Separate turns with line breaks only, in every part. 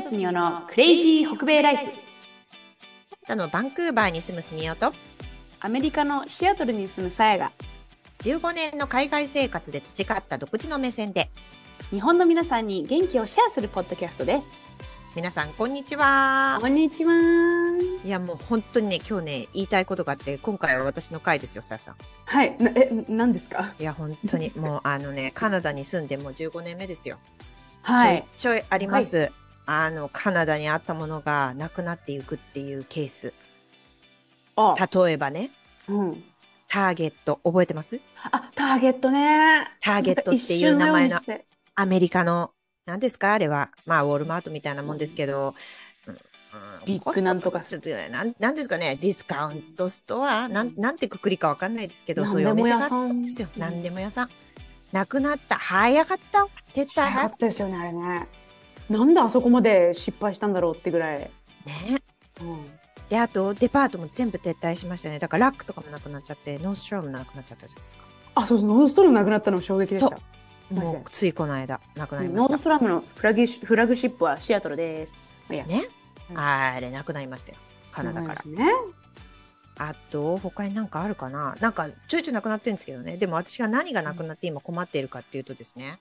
スミオのクレイジー北米ライフ
あのバンクーバーに住むスミオと
アメリカのシアトルに住むさやが
15年の海外生活で培った独自の目線で
日本の皆さんに元気をシェアするポッドキャストです
皆さんこんにちは
こんにちはい
やもう本当にね今日ね言いたいことがあって今回は私の回ですよさやさん
はいなえ何ですか
いや本当
何
に
ですか
もうあのねカナダに住んでもう15年目ですよ
はい
ちょいちょいあります、あのカナダにあったものがなくなっていくっていうケース
あ
例えばね
うん、
ターゲット覚えてます
あターゲットね
ターゲットっていう名前のアメリカの何ですかあれはまあウォルマートみたいなもんですけど、うんうん
ビッグなんとか
コストちょっとなんなんですかねディスカウントストアなんなんてくくりかわかんないですけど
なん
そう
で
いうお
も
店
屋
があったんですよ
さん
何でも屋さんなくなった早かった撤退
ターゲットですよねあれねなんであそこまで失敗したんだろうってぐらい、
ね
うん、
であとデパートも全部撤退しましたねだからラックとかもなくなっちゃってノースショアもなくなっちゃったじゃないですか
あそうそうノーストラムなくなったのも衝撃でし
そ
た
う
マジで
もうついこの間なくなりま
ノ
し
ー
た
ストラムのフラギフラグシップはシアトルです
ね
うん
あれなくなりましたよカナダから
そうなんですね
あと他になんかあるかななんかちょいちょいなくなってるんですけどねでも私が何がなくなって今困っているかっていうとですね、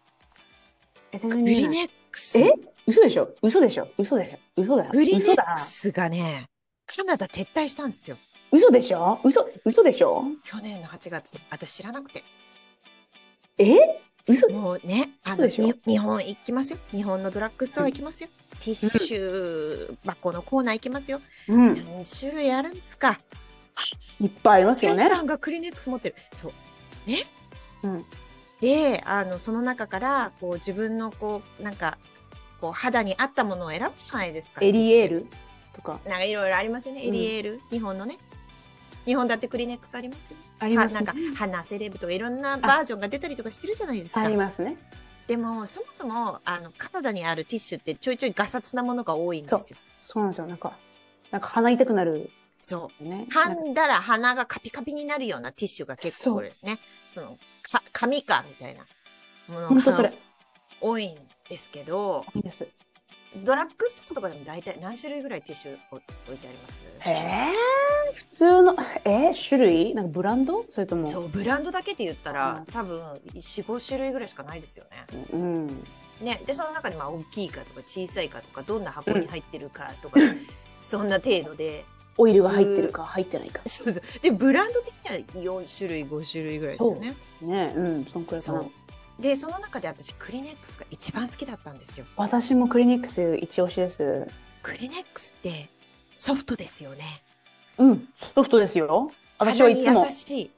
え全然
グ
見え
リ
ない
ネックス
え嘘でしょ嘘でしょ嘘でしょ嘘だ
グリネ
嘘
ッ
だ
クスがねカナダ撤退したんですよ
嘘でしょ嘘嘘でしょ
去年の8月私知らなくて
え嘘
もうねあ
そう
の
でしょ
に日本行きますよ日本のドラッグストア行きますよ、ティッシュ箱のコーナー行きますよ、
うん
何種類あるんですか
いっぱいあります
ケ
よ
ン
ね
さんがクリネックス持ってるそう
うん
であのその中からこう自分のこうなんかこう肌に合ったものを選ぶじゃないですか
エリエールとか
なんかいろいろありますよね、
うん
エリエール日本のね日本だってクリネックスありますよ
あります
は
ね
なんか花セレブとかいろんなバージョンが出たりとかしてるじゃないですか
ありますね
でもそもそもあのカナダにあるティッシュってちょいちょいガサツなものが多いんですよ
そうなんですよなんかなんか鼻痛くなる
そう
よね
噛
なんか
んだら鼻がカピカピになるようなティッシュが結構これねそのか紙かみたいなもの
ほんとそ
が
れ
多いんですけど
いいです
ドラッグストアとかでも大体何種類ぐらいティッシュ置いてあります
えー普通のえー種類なんかブランドそれとも
そうブランドだけで言ったら、
うん
多分45種類ぐらいしかないですよね。
うん
ねでその中にまあ大きいかとか小さいかとかどんな箱に入ってるかとか、そんな程度で
オイルが入ってるか入ってないか
そうそうでブランド的には4種類5種類ぐらいですよね。
ねうんそんくらいか
そ
な
うでその中で私クリネックスが一番好きだったんですよ。
私もクリニックス一押しです
クリネックスってソフトですよね。
うんソフトですよ私はいつ
鼻
も
に優しい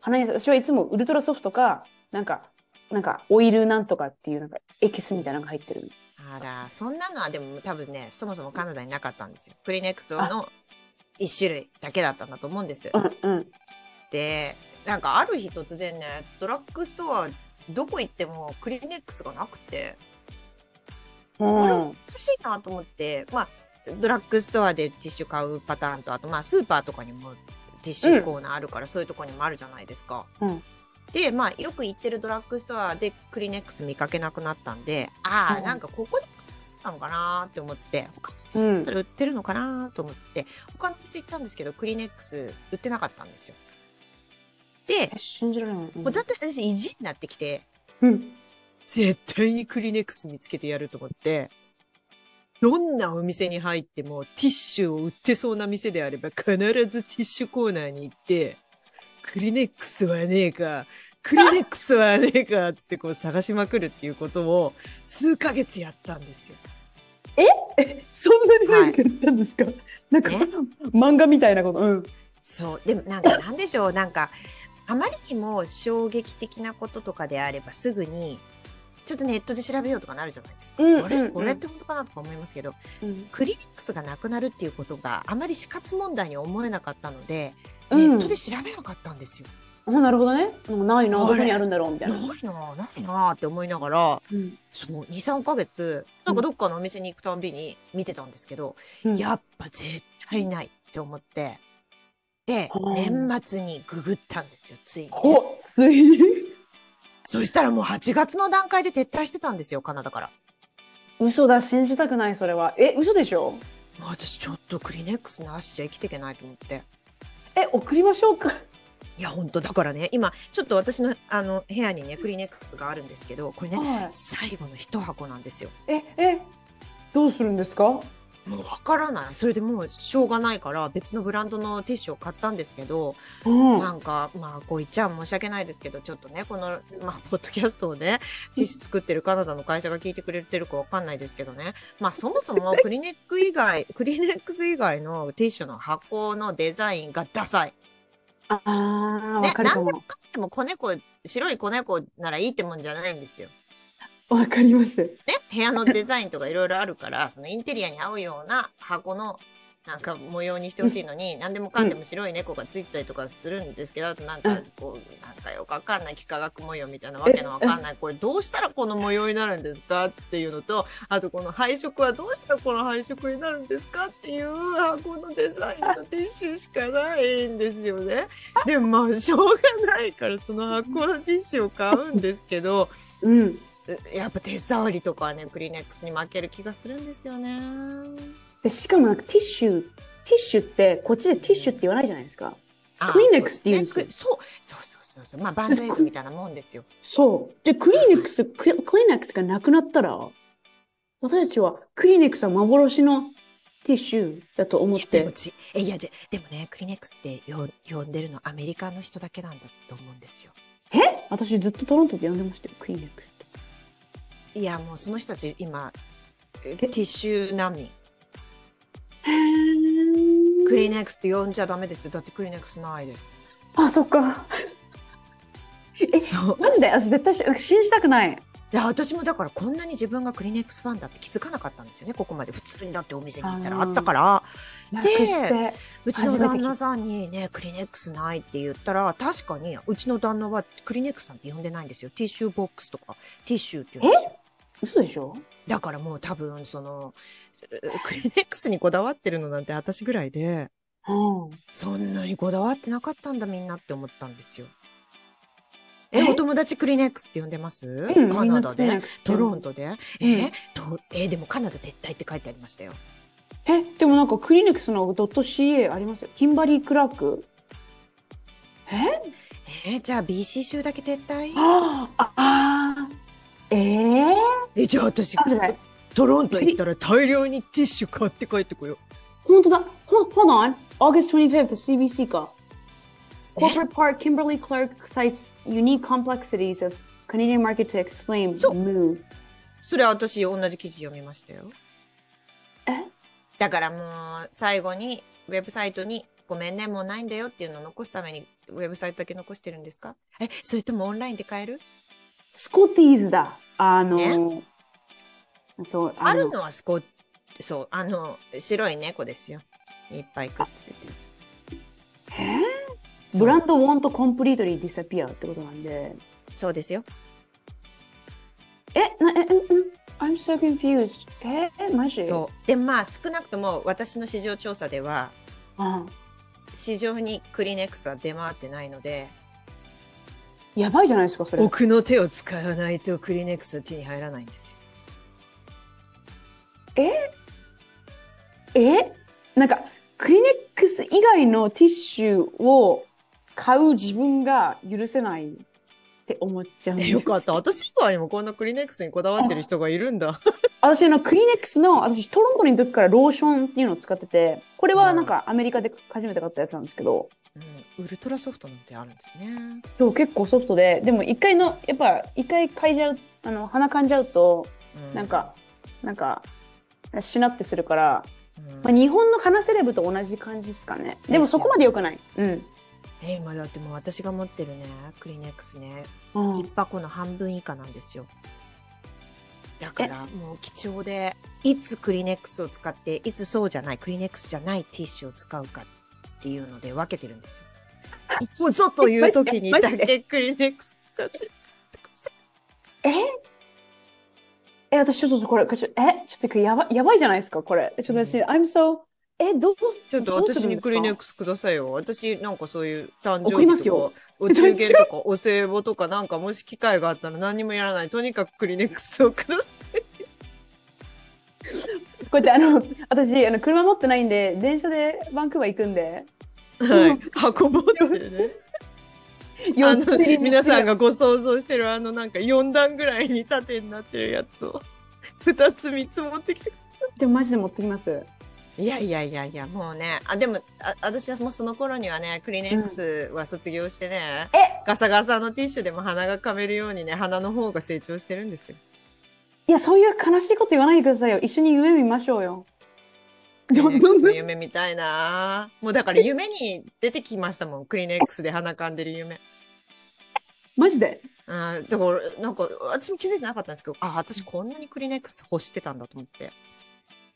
鼻に私はいつもウルトラソフトかなんかなんかオイルなんとかっていうなんかエキスみたいなのが入ってる
あら、そんなのはでも多分ね、そもそもカナダになかったんですよ。クリネックスの一種類だけだったんだと思うんです。
うんうん
で、なんかある日突然ね、ドラッグストアどこ行ってもクリネックスがなくて、
うん
おかしいなと思って、まあ、ドラッグストアでティッシュ買うパターンと、あとまあスーパーとかにもティッシュコーナーあるから、そういうとこにもあるじゃないですか。
うん
で、まあよく行ってるドラッグストアでクリネックス見かけなくなったんで、ああ、
うん
なんかここで買ったのかなって思って、他
う
の
ん
店だったら売ってるのかなと思って、他の店行ったんですけど、クリネックス売ってなかったんですよ。で
え、信じられない、うん
もうだって私意地になってきて、
うん
絶対にクリネックス見つけてやると思って、どんなお店に入ってもティッシュを売ってそうな店であれば必ずティッシュコーナーに行って、クリネックスはねえか、クリネックスはねえか、つってこう探しまくるっていうことを数ヶ月やったんですよ。
そんなに何か言ったんですか、なんか
ね
漫画みたいなことうん
そう。でもなんかなんでしょう、なんか、あまりにも衝撃的なこととかであればすぐに、ちょっとネットで調べようとかなるじゃないですか。
うんうん
あれ
うん
これって本当かなとか思いますけど、
うん
クリニックスがなくなるっていうことがあまり死活問題に思えなかったので、
うん
ネットで調べなかったんですよ。
あなるほどねなんかないな
あ
ど
れ
こにあるんだろうみたいな
な、
い
なあないなあって思いながら
うん
そう23ヶ月なんかどっかのお店に行くたんびに見てたんですけど、
うん
やっぱ絶対ないって思ってで
うん
年末にググったんですよついに
こついに
そしたらもう8月の段階で撤退してたんですよカナダから。
嘘だ、信じたくない、それは。え、嘘でしょ
まあ私ちょっとクリネックスなしじゃ生きていけないと思って。
え、送りましょうか。
いや、本当だからね、今、ちょっと私の、あの、部屋にね、クリネックスがあるんですけど、これね、
は
最後の一箱なんですよ。
い。え、え、どうするんですか
もうわからない。それでもう、しょうがないから、別のブランドのティッシュを買ったんですけど、
うん。
なんか、まあ、こう言っちゃ申し訳ないですけど、ちょっとね、この、まあ、ポッドキャストをね、ティッシュ作ってるカナダの会社が聞いてくれてるかわかんないですけどね。まあ、そもそもクリネック以外、クリネックス以外のティッシュの箱のデザインがダサい。
ああ、
ね
わ、かる
な
か
んでも
も。
かんでも子猫、白い子猫ならいいってもんじゃないんですよ。
わかります。
ね、部屋のデザインとかいろいろあるから、 そのインテリアに合うような箱のなんか模様にしてほしいのに、何でもかんでも白い猫がついてたりとかするんですけど、あとなん
う
か
ん
こう、なんかよくわかんない幾何学模様みたいなわけのわかんない、これどうしたらこの模様になるんですかっていうのと、あとこの配色はどうしたらこの配色になるんですかっていう箱のデザインのティッシュしかないんですよね。でもまあしょうがないからその箱のティッシュを買うんですけど、
うん。
うやっぱ手触りとかはねクリネックスに負ける気がするんですよね
で、しかもなんかティッシュ、ティッシュって、こっちでティッシュって言わないじゃないですか。
あ
クリネックスって言うんですよ
そうそうそうそうそうまあバンドエイドみたいなも んですよ
そう。で、クリネックス、クリクリネックスがなくなったら、私たちはクリネックスは幻のティッシュだと思っ
で
て
も。ちえいやじゃでもねクリネックスってよ呼んでるのアメリカの人だけなんだと思うんですよ
え私ずっとトロントで呼んでましたよ、クリネックスって。
いやもうその人たち今えティッシュ難民クリネックスって呼んじゃダメですよだってクリネックスないです
あ、そっか。え、
そう
マジで私絶対し信じたくない。
いや私もだからこんなに自分がクリネックスファンだって気づかなかったんですよねここまで普通にだってお店に行ったらあったから
楽して。
うちの旦那さんにね、クリネックスないって言ったら、確かに、うちの旦那はクリネックスなんて呼んでないんですよ。ティッシュボックスとか、ティッシュって言うんですよ。
嘘でしょ
だからもう多分、その、う クリネックスにこだわってるのなんて私ぐらいで、
うん。
そんなにこだわってなかったんだみんなって思ったんですよ。え、
え
お友達クリネックスって呼んでます、
うん
カナダ
みんなクリ
で
ネックスって
ト
呼ぶ
ロントでえ、とえでもカナダ撤退って書いてありましたよ。
え、でもなんかクリネックスの .ca ありますよ。キンバリー・クラーク。え
え、じゃあ BC 州だけ撤退
ああ、ああ。ええ
え、じゃあ私、
あ、じゃない。
トロント行ったら大量にティッシュ買って帰ってこよ
本当だ。ほ、hold on. August 25th, CBC か。
え
Corporate Park Kimberly Clark cites unique complexities of Canadian market to explain
そう
move.
う。それは私同じ記事読みましたよ。
え
だからもう最後にウェブサイトにごめんね、もうないんだよっていうのを残すためにウェブサイトだけ残してるんですかえ、それともオンラインで買える
スコティーズだ。あの、そう、
あるのはスコ、そう、あの、白い猫ですよ。いっぱいくっつけてるやつ。
え
そう
ブランド want completely disappear ってことなんで。
そうですよ。
え、な、え、え、え I'm so confused. え、えマジ
そう。で、まあ少なくとも私の市場調査では、
うん。
市場にクリネックスは出回ってないので、
やばいじゃないですか、それ。
奥の手を使わないとクリネックスは手に入らないんですよ。
えなんか、クリネックス以外のティッシュを買う自分が許せないって思っちゃうんです。
よかった。私以外にもこんなクリネックスにこだわってる人がいるんだ。
私、あの、クリネックスの、私、トロントにいる時からローションっていうのを使ってて、これはなんかアメリカで初めて買ったやつなんですけど、
うん、ウルトラソフトなんてあるんですね。
そう結構ソフトででも一回のやっぱ一回嗅いじゃうあの鼻かんじゃうと
う
なん、か、なんかしなってするから、
うん
まあ、日本の鼻セレブと同じ感じですかねでもそこまで良くないうん、
え今だってもう私が持ってるね、クリネックスね、
う
一
ん、
箱の半分以下なんですよ。だからもう貴重で、いつクリネックスを使って、いつそうじゃない、クリネックスじゃないティッシュを使うかっていうので分けてるん ですよ。ここぞという時にだ
マジ
けクリネックス使って。
ええ私ちょっとこれこれちょえちょっとやばやばいじゃないですかこれちょっと私、
うん
I'm so えどう
ちょっと
どうす
私
るんで
に
すか
クリネックスくださいよ。私なんかそういう誕生
送りま
日
す
と
よ
か、お中元とか、お歳暮とかなんかもし機会があったら何にもやらない。とにかくクリネックスをください。
うやってあの、私、あの、車持ってないんで、電車でバンクーバー行くんで、
はい、運ぼうって ね。あの皆さん
が。
がご想像してるあのなんか4段ぐらいに縦になってるやつを2つ3つ持ってきて
でもマジで持ってきます。
いやいやいやいやもうねあでもあ私はもうその頃にはねクリネックスは卒業してね、
え
ガサガサのティッシュでも鼻がかめるようにね鼻の方が成長してるんですよ。
いや、そういう悲しいこと言わないでくださいよ。一緒に夢見ましょうよ。
クリ
ど
ネッ
ん
ク
ど
ス
ん
の夢みたいなもうだから夢に出てきましたもんクリネックスで鼻かんでる夢。
マジで。
あーだからなんか私も気づいてなかったんですけどあ私こんなにクリネックス欲してたんだと思って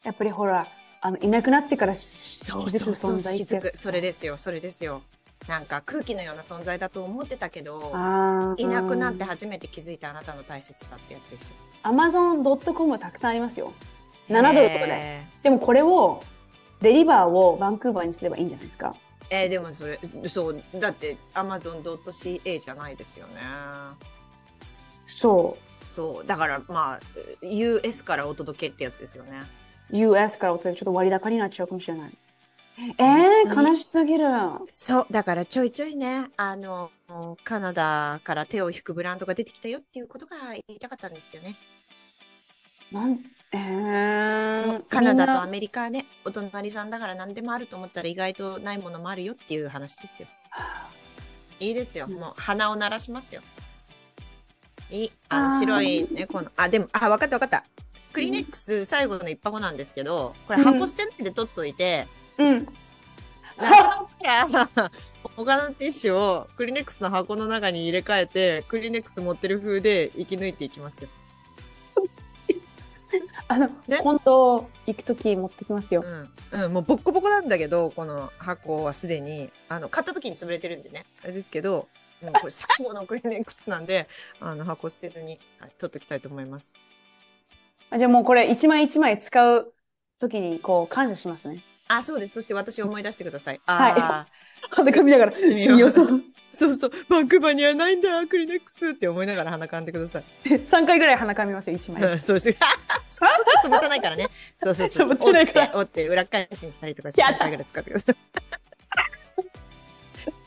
やっぱりほら、あの、いなくなってからし
そうそうそ
気づく
う
存在
気
って
づ
やつ
くそれですよそれですよなんか空気のような存在だと思ってたけど
あー
いなくなって。初めて気づいたあなたの大切さってやつですよ
Amazon.com はたくさんありますよ。7ドルとかで。
え
でもこれを、デリバーをバンクーバーにすればいいんじゃないですか。
ーえーでもそれそうだって Amazon.ca じゃないですよね
そ
そうだからまあ US からお届けってやつですよね
う。US からお届けちょっと割高になっちゃうかもしれない。えー、悲しすぎる。
そうだからちょいちょいねあのカナダから手を引くブランドが出てきたよっていうことが言いたかったんですよね。
なん、え
そ
ー
う、カナダ
みん
と
な
アメリカはねお隣さんだから何でもあると思ったら意外とないものもあるよっていう話ですよ。いいですよ
うん
もう鼻を鳴らしますよ。いいあ
あ
の
ー
白い猫のあでもあ分かった分かったクリネックス最後の一箱なんですけどこれ箱捨てないで取っとい て。
うん。
な かなか他のティッシュをクリネックスの箱の中に入れ替えてクリネックス持ってる風で生き抜いていきますよ。
あの、
ね
今度行くとき持ってきますよ。
うん、うん、もうボッコボコなんだけどこの箱はすでにあの買った時に潰れてるんでねあれですけどもうこれ最後のクリネックスなんであの箱捨てずに、はい、取っときたいと思います。
あじゃあもうこれ一枚一枚使うときにこう感謝します ね。
あそうですそして私を思い出してください。
はい
あ
風噛みながら、
みよう
信用さん。
ーそうそうバンクーバーにはないんだクリネックスって思いながら鼻かんでください。
3回ぐらい鼻噛みますよ、一枚。
うんそうです。そうつぼたないからね。そうそうそう。
つぼたないから
折って、折って裏返しにしたりとかして、
やだ
3回ぐらい使ってください。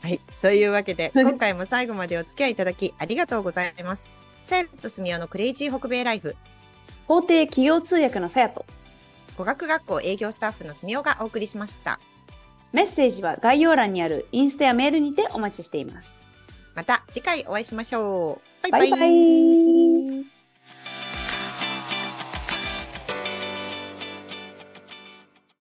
はい。というわけで、今回も最後までお付き合いいただき、ありがとうございます。セルとスミオのクレイジー北米ライフ、
法廷企業通訳のさやと。
語学学校営業スタッフのスミオがお送りしました。
メッセージは概要欄にあるインスタやメールにてお待ちしています。
また次回お会いしましょう。バイ
バ
バイ。
イバイ